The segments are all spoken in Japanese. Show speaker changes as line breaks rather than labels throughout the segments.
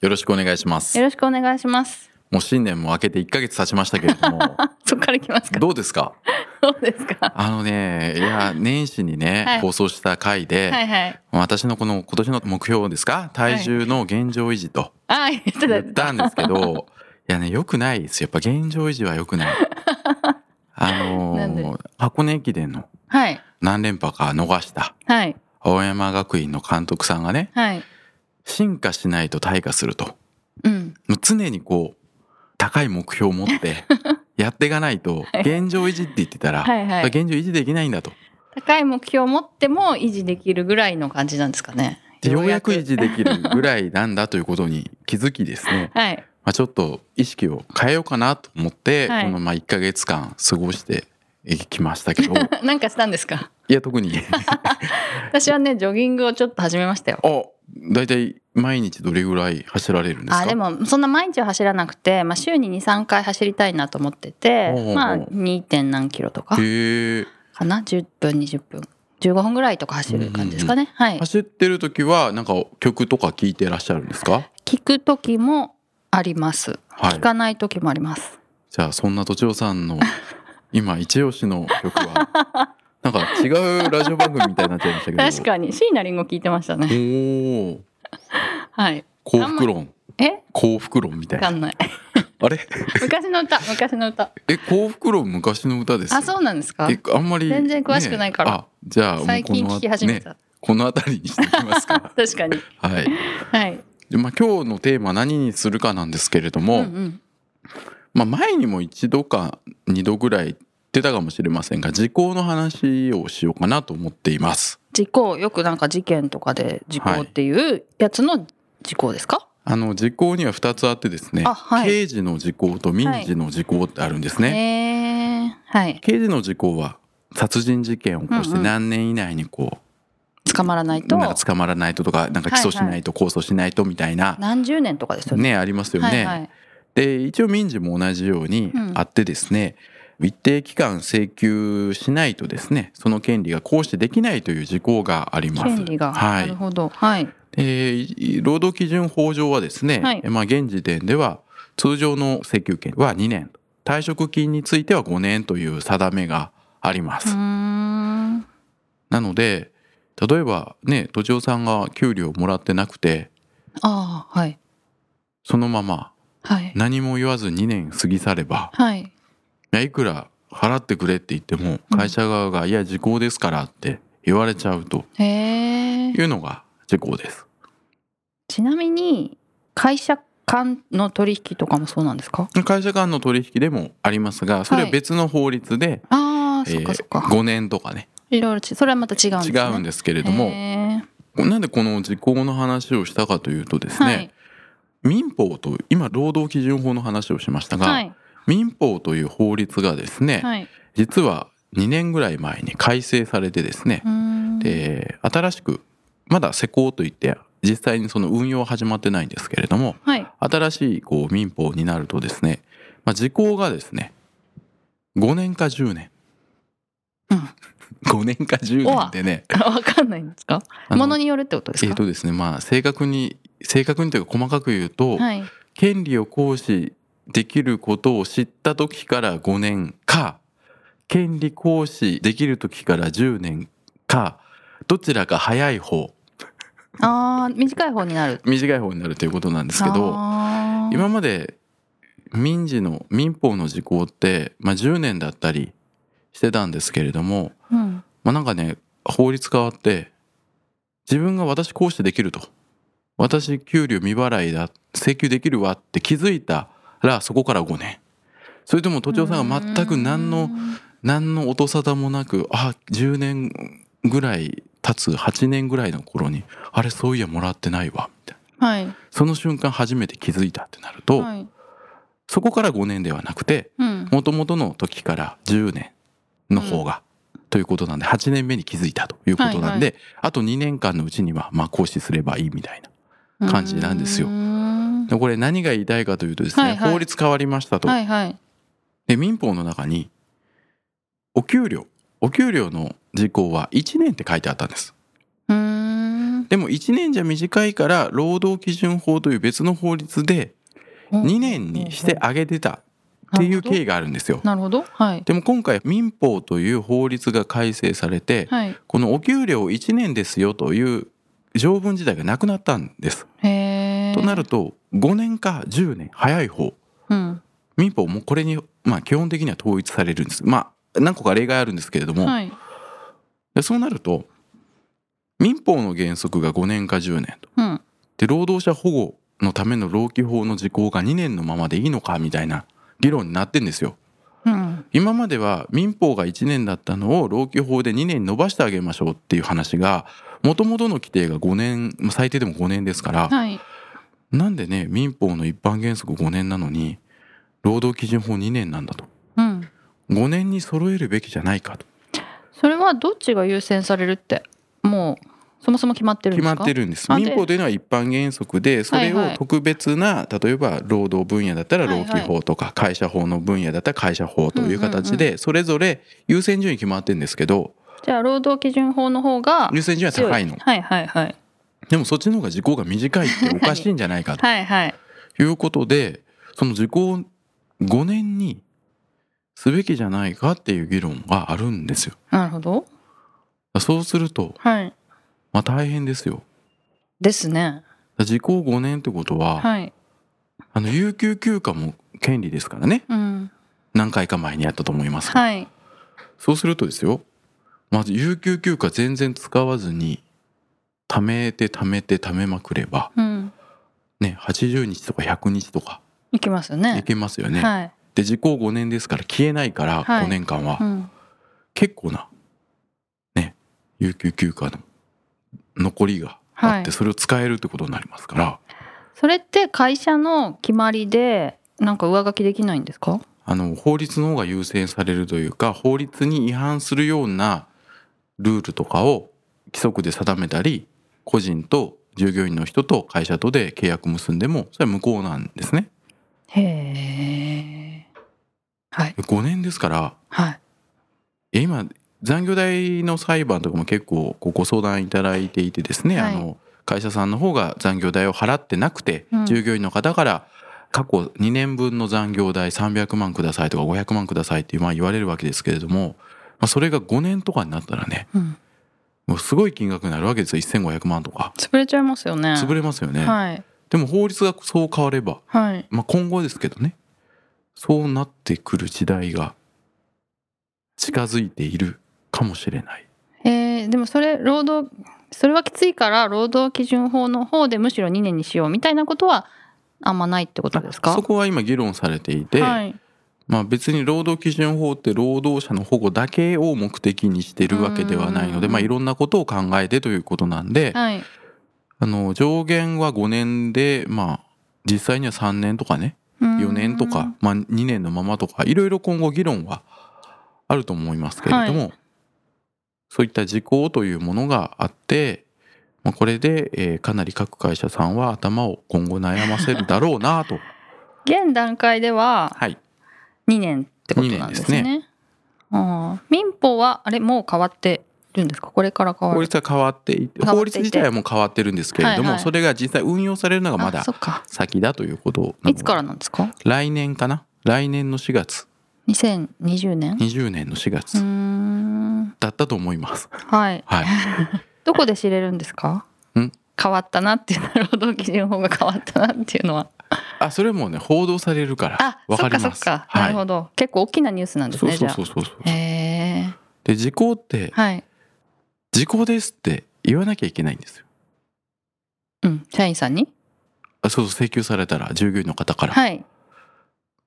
よろしくお願いしま す
よろしくお願いします
もう新年も明けて1ヶ月経ちましたけれども
そっから来ますか
どうですか
どうですか
あのねいや年始にね、
はい
放送した回で、
はいはい
私のこの今年の目標ですか体重の現状維持と
あ言ってた
言ったんですけどいやね良くないですやっぱ現状維持は良 くないあ
なんで
のー箱根駅伝の
はい
何連覇か逃した
はい
青山学院の監督さんがね
はい
進化しないと退化すると
うん
もう常にこう高い目標を持って やっていかないと
い
現状維持って言ってたら、
はいはい
現状維持できないんだと
高い目標を持っても維持できるぐらいの感じなんですかね、
でようやく維持できるぐらいなんだということに気づきですね
はい
まあ、ちょっと意識を変えようかなと思って、
はい
このまあ1ヶ月間過ごしてきましたけ ど
なんかしたんですか
いや特に
私はねジョギングをちょっと始めましたよ
あ大体毎日どれぐらい走られるんですか
あでもそんな毎日は走らなくて、まあ、週に23回走りたいなと思ってて
おうおう
まあ 2. 点何キロとか
へえ
かな10分20分15分ぐらいとか走る感じですかね、はい
走ってる時はなんか曲とか聴いてらっしゃるんですか
聞く時もあります、
はい
聞かない時もあります
じゃあそんなとちおさんの今一押しの 曲はなんか違うラジオ番組みたいになっちゃいましたけど
確かに椎名林檎聞いてました
お
ね
ー
はい
幸福論
え
幸福論みた
わ
い
か
なん
ない
あれ
昔の歌昔の歌
え幸福論昔の歌ですよ
あそうなんですか
えあんまり
全然詳しくないから
ねあじゃあもう
最近
この
聞き始めた、
ね、この辺りにしていきま すか
確かに
はい
はい
で、まあ、今日のテーマ何にするかなんですけれど
う
も、
んうん
まあ、前にも一度か二度ぐらい言ってたかもしれませんが時効の話をしようかなと思っています
時効よくなんか事件とかで時効っていうやつの時効ですか、
あの時効には2つあってですね、
あはい
刑事の時効と民事の時効ってあるんですね、
ねえはい
刑事の時効は殺人事件を起こし
うん
て
うん
何年以内にこ、
捕まらないうと
なんか捕まらないととかなんか起訴しないと控訴しないとみたいな、
何十年とかですよね
ねありますよね、
はいはい
で一応民事も同じように
うん
あってですね、一定期間請求しないとですねその権利が行使できないという時効があります
権利が、
は
ないる、ほどはい
えー労働基準法上はですね、
はい
まあ、現時点では通常の請求権は2年退職金については5年という定めがありま
う
す、
ーん
なので例えばね土地さんが給料もらってなくて
ああはい
そのまま
はい
何も言わず2年過ぎ去れば
はい
いやいくら払ってくれって言っても
うん
会社側が「いや時効ですから」って言われちゃうと
へえ
いうのが時効です。
ちなみに会社間の取引とかもそうなんですか
会社間の取引でもありますがそれは別の法律で、
ああ
え
そっかそっ
ー
か、
5年とかね
いろいろちそれはまた違うんです、
違
ね、
うんですけれ
け
どもなんでこの時効の話をしたかというとですね、
はい
民法と今労働基準法の話をしましたが、
はい
民法という法律がですね、
はい
実は2年ぐらい前に改正されてですね
う、ーん
で新しくまだ施行といって実際にその運用は始まってないんですけれども
はい
新しいこう民法になるとですね、まあ、時効がですね5年か10年、
うん
5年か10年でね
あわかんないんですか
あの
ものによるってことです
え
か
っとですね、まあ正確に正確にというか細かく言うと、
はい
権利を行使できることを知った時から5年か権利行使できる時から10年かどちらか早い方
ああ短い方になる
短い方になるということなんですけど
あー
今まで民事の民法の時効って、まあ、10年だったりしてたんですけれども、
うん
まあ、なんかね法律変わって自分が私行使できると私給料未払いだ請求できるわって気づいたらそこから5年それとも都庁さんが全く
う
何
ー
の
ん
何の音沙汰もなくあ10年ぐらい経つ8年ぐらいの頃にあれそういやもらってないわみたいな
はい。
その瞬間初めて気づいたってなると、
はい。
そこから5年ではなくて
うん。
もともとの時から10年の方が、ということなんで8年目に気づいたということなんで、あと2年間のうちにはまあ行使すればいいみたいな。感じなんですよ
うーん
でこれ何が言いたいかというとですね、
はいはい
法律変わりましたと。
はいはい。
で民法の中にお給料お給料の時効は1年って書いてあったんです。
うーん。
でも1年じゃ短いから労働基準法という別の法律で2年にしてあげてたっていう経緯があるんですよ。
なるほど。はい。
でも今回民法という法律が改正されて、
はい。
このお給料1年ですよという条文自体がなくなったんです。
へえ。
となると5年か10年早い方
うん。
民法もこれに、まあ、基本的には統一されるんです。まあ何個か例外あるんですけれども、
はい。
でそうなると民法の原則が5年か10年と
うん。
で労働者保護のための労基法の時効が2年のままでいいのかみたいな議論になってんですよ。
うん。
今までは民法が1年だったのを老基法で2年伸ばしてあげましょうっていう話がもともとの規定が5年まあ最低でも5年ですから、
はい。
なんでね民法の一般原則5年なのに労働基準法2年なんだと
うん。
5年に揃えるべきじゃないかと
それはどっちが優先されるって、もう、そもそも決まってるんで
決
す
ま
か
ってるんです
あで
民法というのは一般原則でそれ
はい
を
はい
特別な例えば労働分野だったら労基法とか会社法の分野だったら会社法という形でそれぞれ優先順位決まってるんですけど
じゃあ、労働基準法の方が
優先順位は
強
高いの
はいはいはい。
でもそっちの方が時効が短いっておかしいんじゃないかと
はいはい。
いうことで、その時効5年にすべきじゃないかっていう議論があるんですよ。
なるほど。
そうすると、
はい。
まあ大変ですよ。
ですね。
時効5年ってことは、
はい。
あの、有給休暇も権利ですからね。
うん。
何回か前にやったと思いますが、
はい。
そうするとですよ、まず有給休暇全然使わずに、貯めて貯めて貯めまくれば、
うん。
ね、80日とか100日とか
いきますよね。
いけますよね。
はい。
で時効5年ですから消えないから
はい
5年間
う
は
ん。
結構なね有給休暇の残りがあっ
はい
てそれを使えるってことになりますから
それって会社の決まりで、なんか上書きできないんですか
あの法律の方が優先されるというか法律に違反するようなルールとかを規則で定めたり個人と従業員の人と会社とで契約結んでもそれは無効なんですね。
へえ。はい。
5年ですから
はい。
え今残業代の裁判とかも結構こうご相談いただいていてですね、
はい
あの会社さんの方が残業代を払ってなくて、
うん
従業員の方から過去2年分の残業代300万くださいとか500万くださいってまあ言われるわけですけれども、まあ、それが5年とかになったらね
うん。
もうすごい金額になるわけですよ1500万とか
潰れちゃいますよね。
潰れますよね、
はい。
でも法律がそう変われば、
はい。
まあ、今後ですけどねそうなってくる時代が近づいているかもしれない
えー、でもそれ、労働、それはきついから、労働基準法の方でむしろ2年にしようみたいなことは、あんまないってことですか
そこは今議論されていて、
はい。
まあ別に労働基準法って労働者の保護だけを目的にしてるわけではないので、
うん
まあいろんなことを考えてということなんで、
はい。
あの上限は5年で、まあ実際には3年とかね、4
4
年とか、まあ2年のままとか、いろいろ今後議論はあると思いますけれども、そういった時効というものがあって、まあ、これで、えーかなり各会社さんは頭を今後悩ませるだろうなと。
現段階では
はい。
2年ってことなんですね。
二
ああ民法はあれもう変わってるんですかこれから変わ
法
る
律は変わっていて
変わっていて
法律自体はもう変わってるんですけれども、
はいはい
それが実際運用されるのがま
あ
だ
そっか
先だということなので
いつからなんですか
来年かな来年の4月
2020年う
20年の4
ー
月
ん
だったと思 います、
はい
はい
どこで知れるんですか
ん
変わったなっていうのは労働基準法が変わったなっていうのは
あそれもね報道されるから
あ
わ
そ
か
っ
りま
か
す
そっか、
はい、
なるほど結構大きなニュースなんです
そう
ね
そう
じゃ
そうそうそう
あへえ
で時効って
はい
時効ですって言わなきゃいけないんですよ
うん社員さんに
あそうそう請求されたら従業員の方から、
はい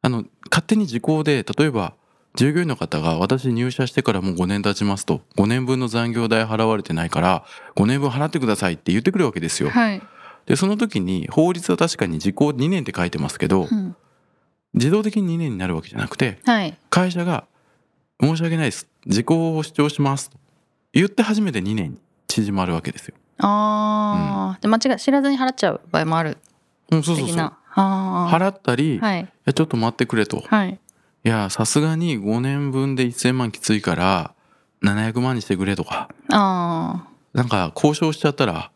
あの勝手に時効で例えば従業員の方が私入社してからもう5年経ちますと5年分の残業代払われてないから5年分払ってくださいって言ってくるわけですよ。
はい
でその時に法律は確かに時効2年って書いてますけど、
うん
自動的に2年になるわけじゃなくて
はい
会社が「申し訳ないです時効を主張します」と言って初めて2年に縮まるわけですよ。
ああ、で間違い知らずに払っちゃう場合もある
うん、そうそう
的
そ
な
う
あ
払ったり、
あ
い
はい
やちょっと待ってくれと
はい
いやさすがに5年分で1,000万きついから700万にしてくれとか
あ
なんか交渉しちゃったら
あ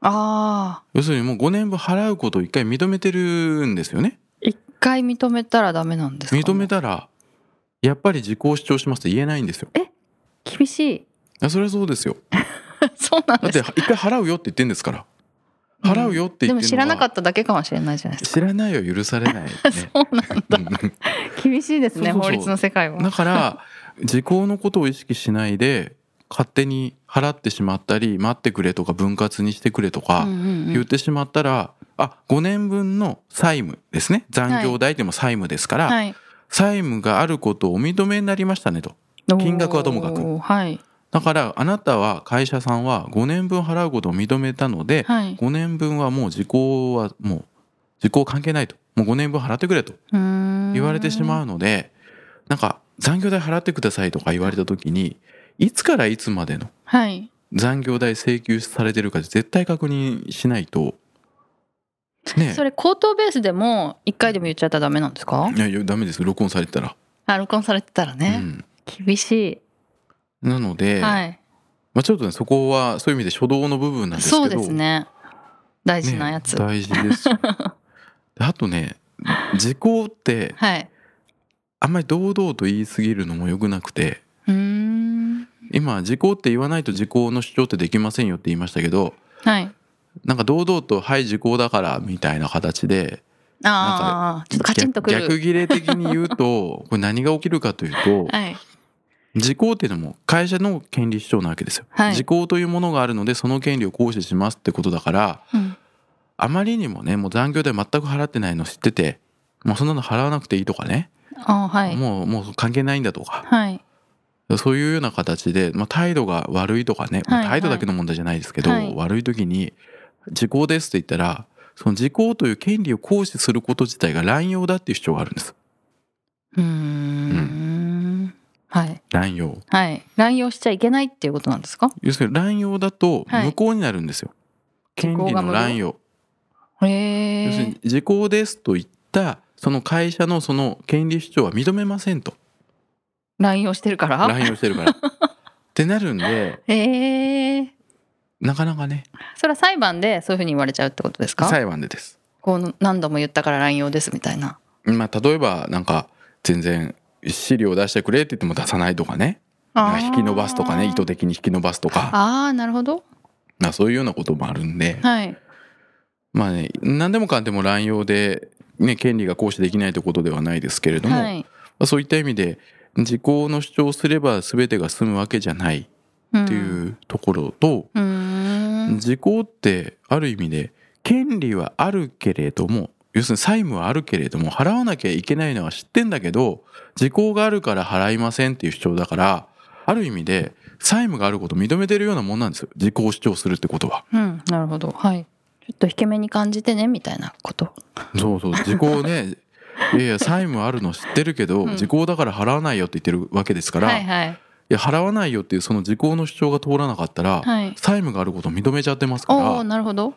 ああ
要するにもう5年分払うことを1回認めてるんですよね。
一回認めたらダメなんですか、ね、
認めたらやっぱり時効主張しますって言えないんですよ。
厳しい
あそれはそうですよ。
そうなん
だ
で
って
す
一回払うよって言ってんですから払うよっ
で
て言っ
も
て
知
るの
ら
は
なかっただけかもしれないじゃないです
知らないよ許されない、ね、
か そうなんだ厳しいですね
そうそうそう
法律の世界
う
は
んだから時効のことを意識しないで勝手に払ってしまったり待ってくれとか分割にしてくれとか
うんうんう
言っ
ん、
てしまったら、あ5年分の債務ですね残業代でも債務ですから、
はい
債務があることをお認めになりましたねと金額はともかく
おーはい
だからあなたは会社さんは5年分払うことを認めたので、
はい
5年分はもう時効はもう時効関係ないともう5年分払ってくれと言
言
われてしまうのでなんか残業代払ってくださいとか言われた時にいつからいつまでの
はい
残業代請求されてるか絶対確認しないとね
それ口頭ベースでも一回でも言っちゃったらダメなんですか
いやいやダメです録音されてたら、
あ録音されてたら
う
ね、
ん
厳し
なので、
い、はい
まあ、ちょっとねそこはそういう意味で初動の部分なんですけど
そうですね大事なやつ、
ね大 事ですよであとね時効って
はい
あんまり堂々と言い過ぎるのも良くなくて
うーん
今時効って言わないと時効の主張ってできませんよって言いましたけど
はい
なんか堂々と「はい時効だから」みたいな形で
ああちょっとカチンとく
逆逆
る
切れ的に言うとこれ何が起きるかというと
はい
時効っていうのも会社の権利主張なわけですよ。
はい
時効というものがあるのでその権利を行使しますってことだから
うん
あまりにもねもう残業代全く払ってないの知っててもうそんなの払わなくていいとかね、
あーはい
もうもう関係ないんだとか
はい
そういうような形で、まあ、態度が悪いとかね、まあ
はいはい
態度だけの問題じゃないですけど、
はい
悪い時に「時効です」って言ったらその時効という権利を行使すること自体が乱用だっていう主張があるんです
うーんはい
乱用
はい乱用しちゃいけないっていうことなんですか
要するに乱用だと
はい
無効になるんですよ、
時
権
効
利
が
の
無効
乱用、
へ
要する
え
に「時効です」と言ったその会社のその権利主張は認めませんと
乱用してるから
乱用してるから。ってなるんで
へえ
なかなかね
それは裁判でそういうふうに言われちゃうってことですか
裁判でです。
こう何度も言ったから乱用ですみたいな
まあ例えばなんか全然資料出してくれって言っても出さないとかねなんか引き伸ばすとかね意図的に引き伸ばすとか
あーなるほど
まあそういうようなこともあるんで
はい
まあね何でもかんでも乱用で、ね、権利が行使できないということではないですけれども、
はい
まあそういった意味で時効の主張をすれば全てが済むわけじゃないっていうところと、
うんうーん
時効ってある意味で権利はあるけれども要するに債務はあるけれども払わなきゃいけないのは知ってんだけど時効があるから払いませんっていう主張だからある意味で債務があることを認めてるようなもんなんですよ時効を主張するってことは。
うんなるほどはいちょっと引け目に感じてねみたいなこと
そうそう時効ねいやいや債務あるの知ってるけど、
うん
時効だから払わないよって言ってるわけですから、
はい
い
はい
や払わないよっていうその時効の主張が通らなかったら、
はい
債務があることを認めちゃってますか
おお
ら
なるほど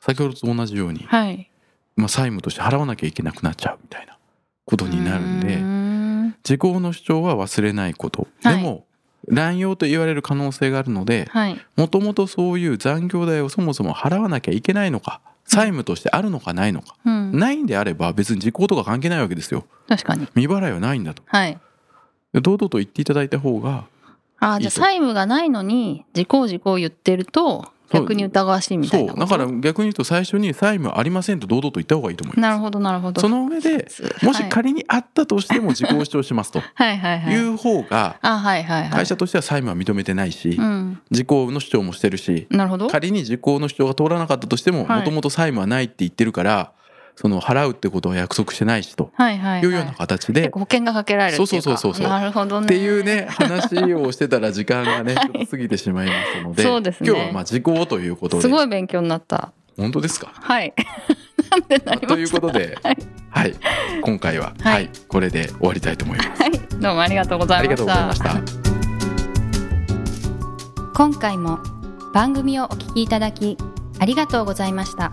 先ほどと同じように、
はい
まあ、債務として払わなきゃいけなくなっちゃうみたいなことになるんで
うーん
時効の主張は忘れないこと、
はい
でも乱用と言われる可能性があるので
はい
もともとそういう残業代をそもそも払わなきゃいけないのか債務としてあるのかないのか、
うん
ないんであれば別に時効とか関係ないわけですよ。
確かに
未払いはないんだと
はい
堂々と言っていただいた方が
あー
い
じゃ
い
あ
と
債務がないのに時効時効言ってると
そう
逆に疑わしいみたい
そう
なこと
だから逆に言うと最初に債務ありませんと堂々と言った方がいいと思い
な
ま
るほどなるほ
す
ど
その上でもし
はい
仮にあったとしても時効を主張しますと
はいはいはい
いう方が
あはいはいはい
会社としては債務は認めてないし
うん
時効の主張もしてるし
なるほど
仮に時効の主張が通らなかったとしても
はい
もともと債務はないって言ってるからその払うってことは約束してないしと
はいはい、はい、
いうような形で
結構保険がかけられるっていうか
そうそうそうそうそう
なるほどね
っていうね話をしてたら時間が ね
はい
ちょっと過ぎてしまいますので
そうですね
今日はまあ時効ということです
ごい勉強になった
本当ですか
はい。なんでなりました
ということで
はい、
はい今回は、
はい
はい、これで終わりたいと思います
はいどうもありがとうござ
あ
い
り
ま
がと
し
うござ
た
いま。した
今回も番組をお聞きいただきありがとうございました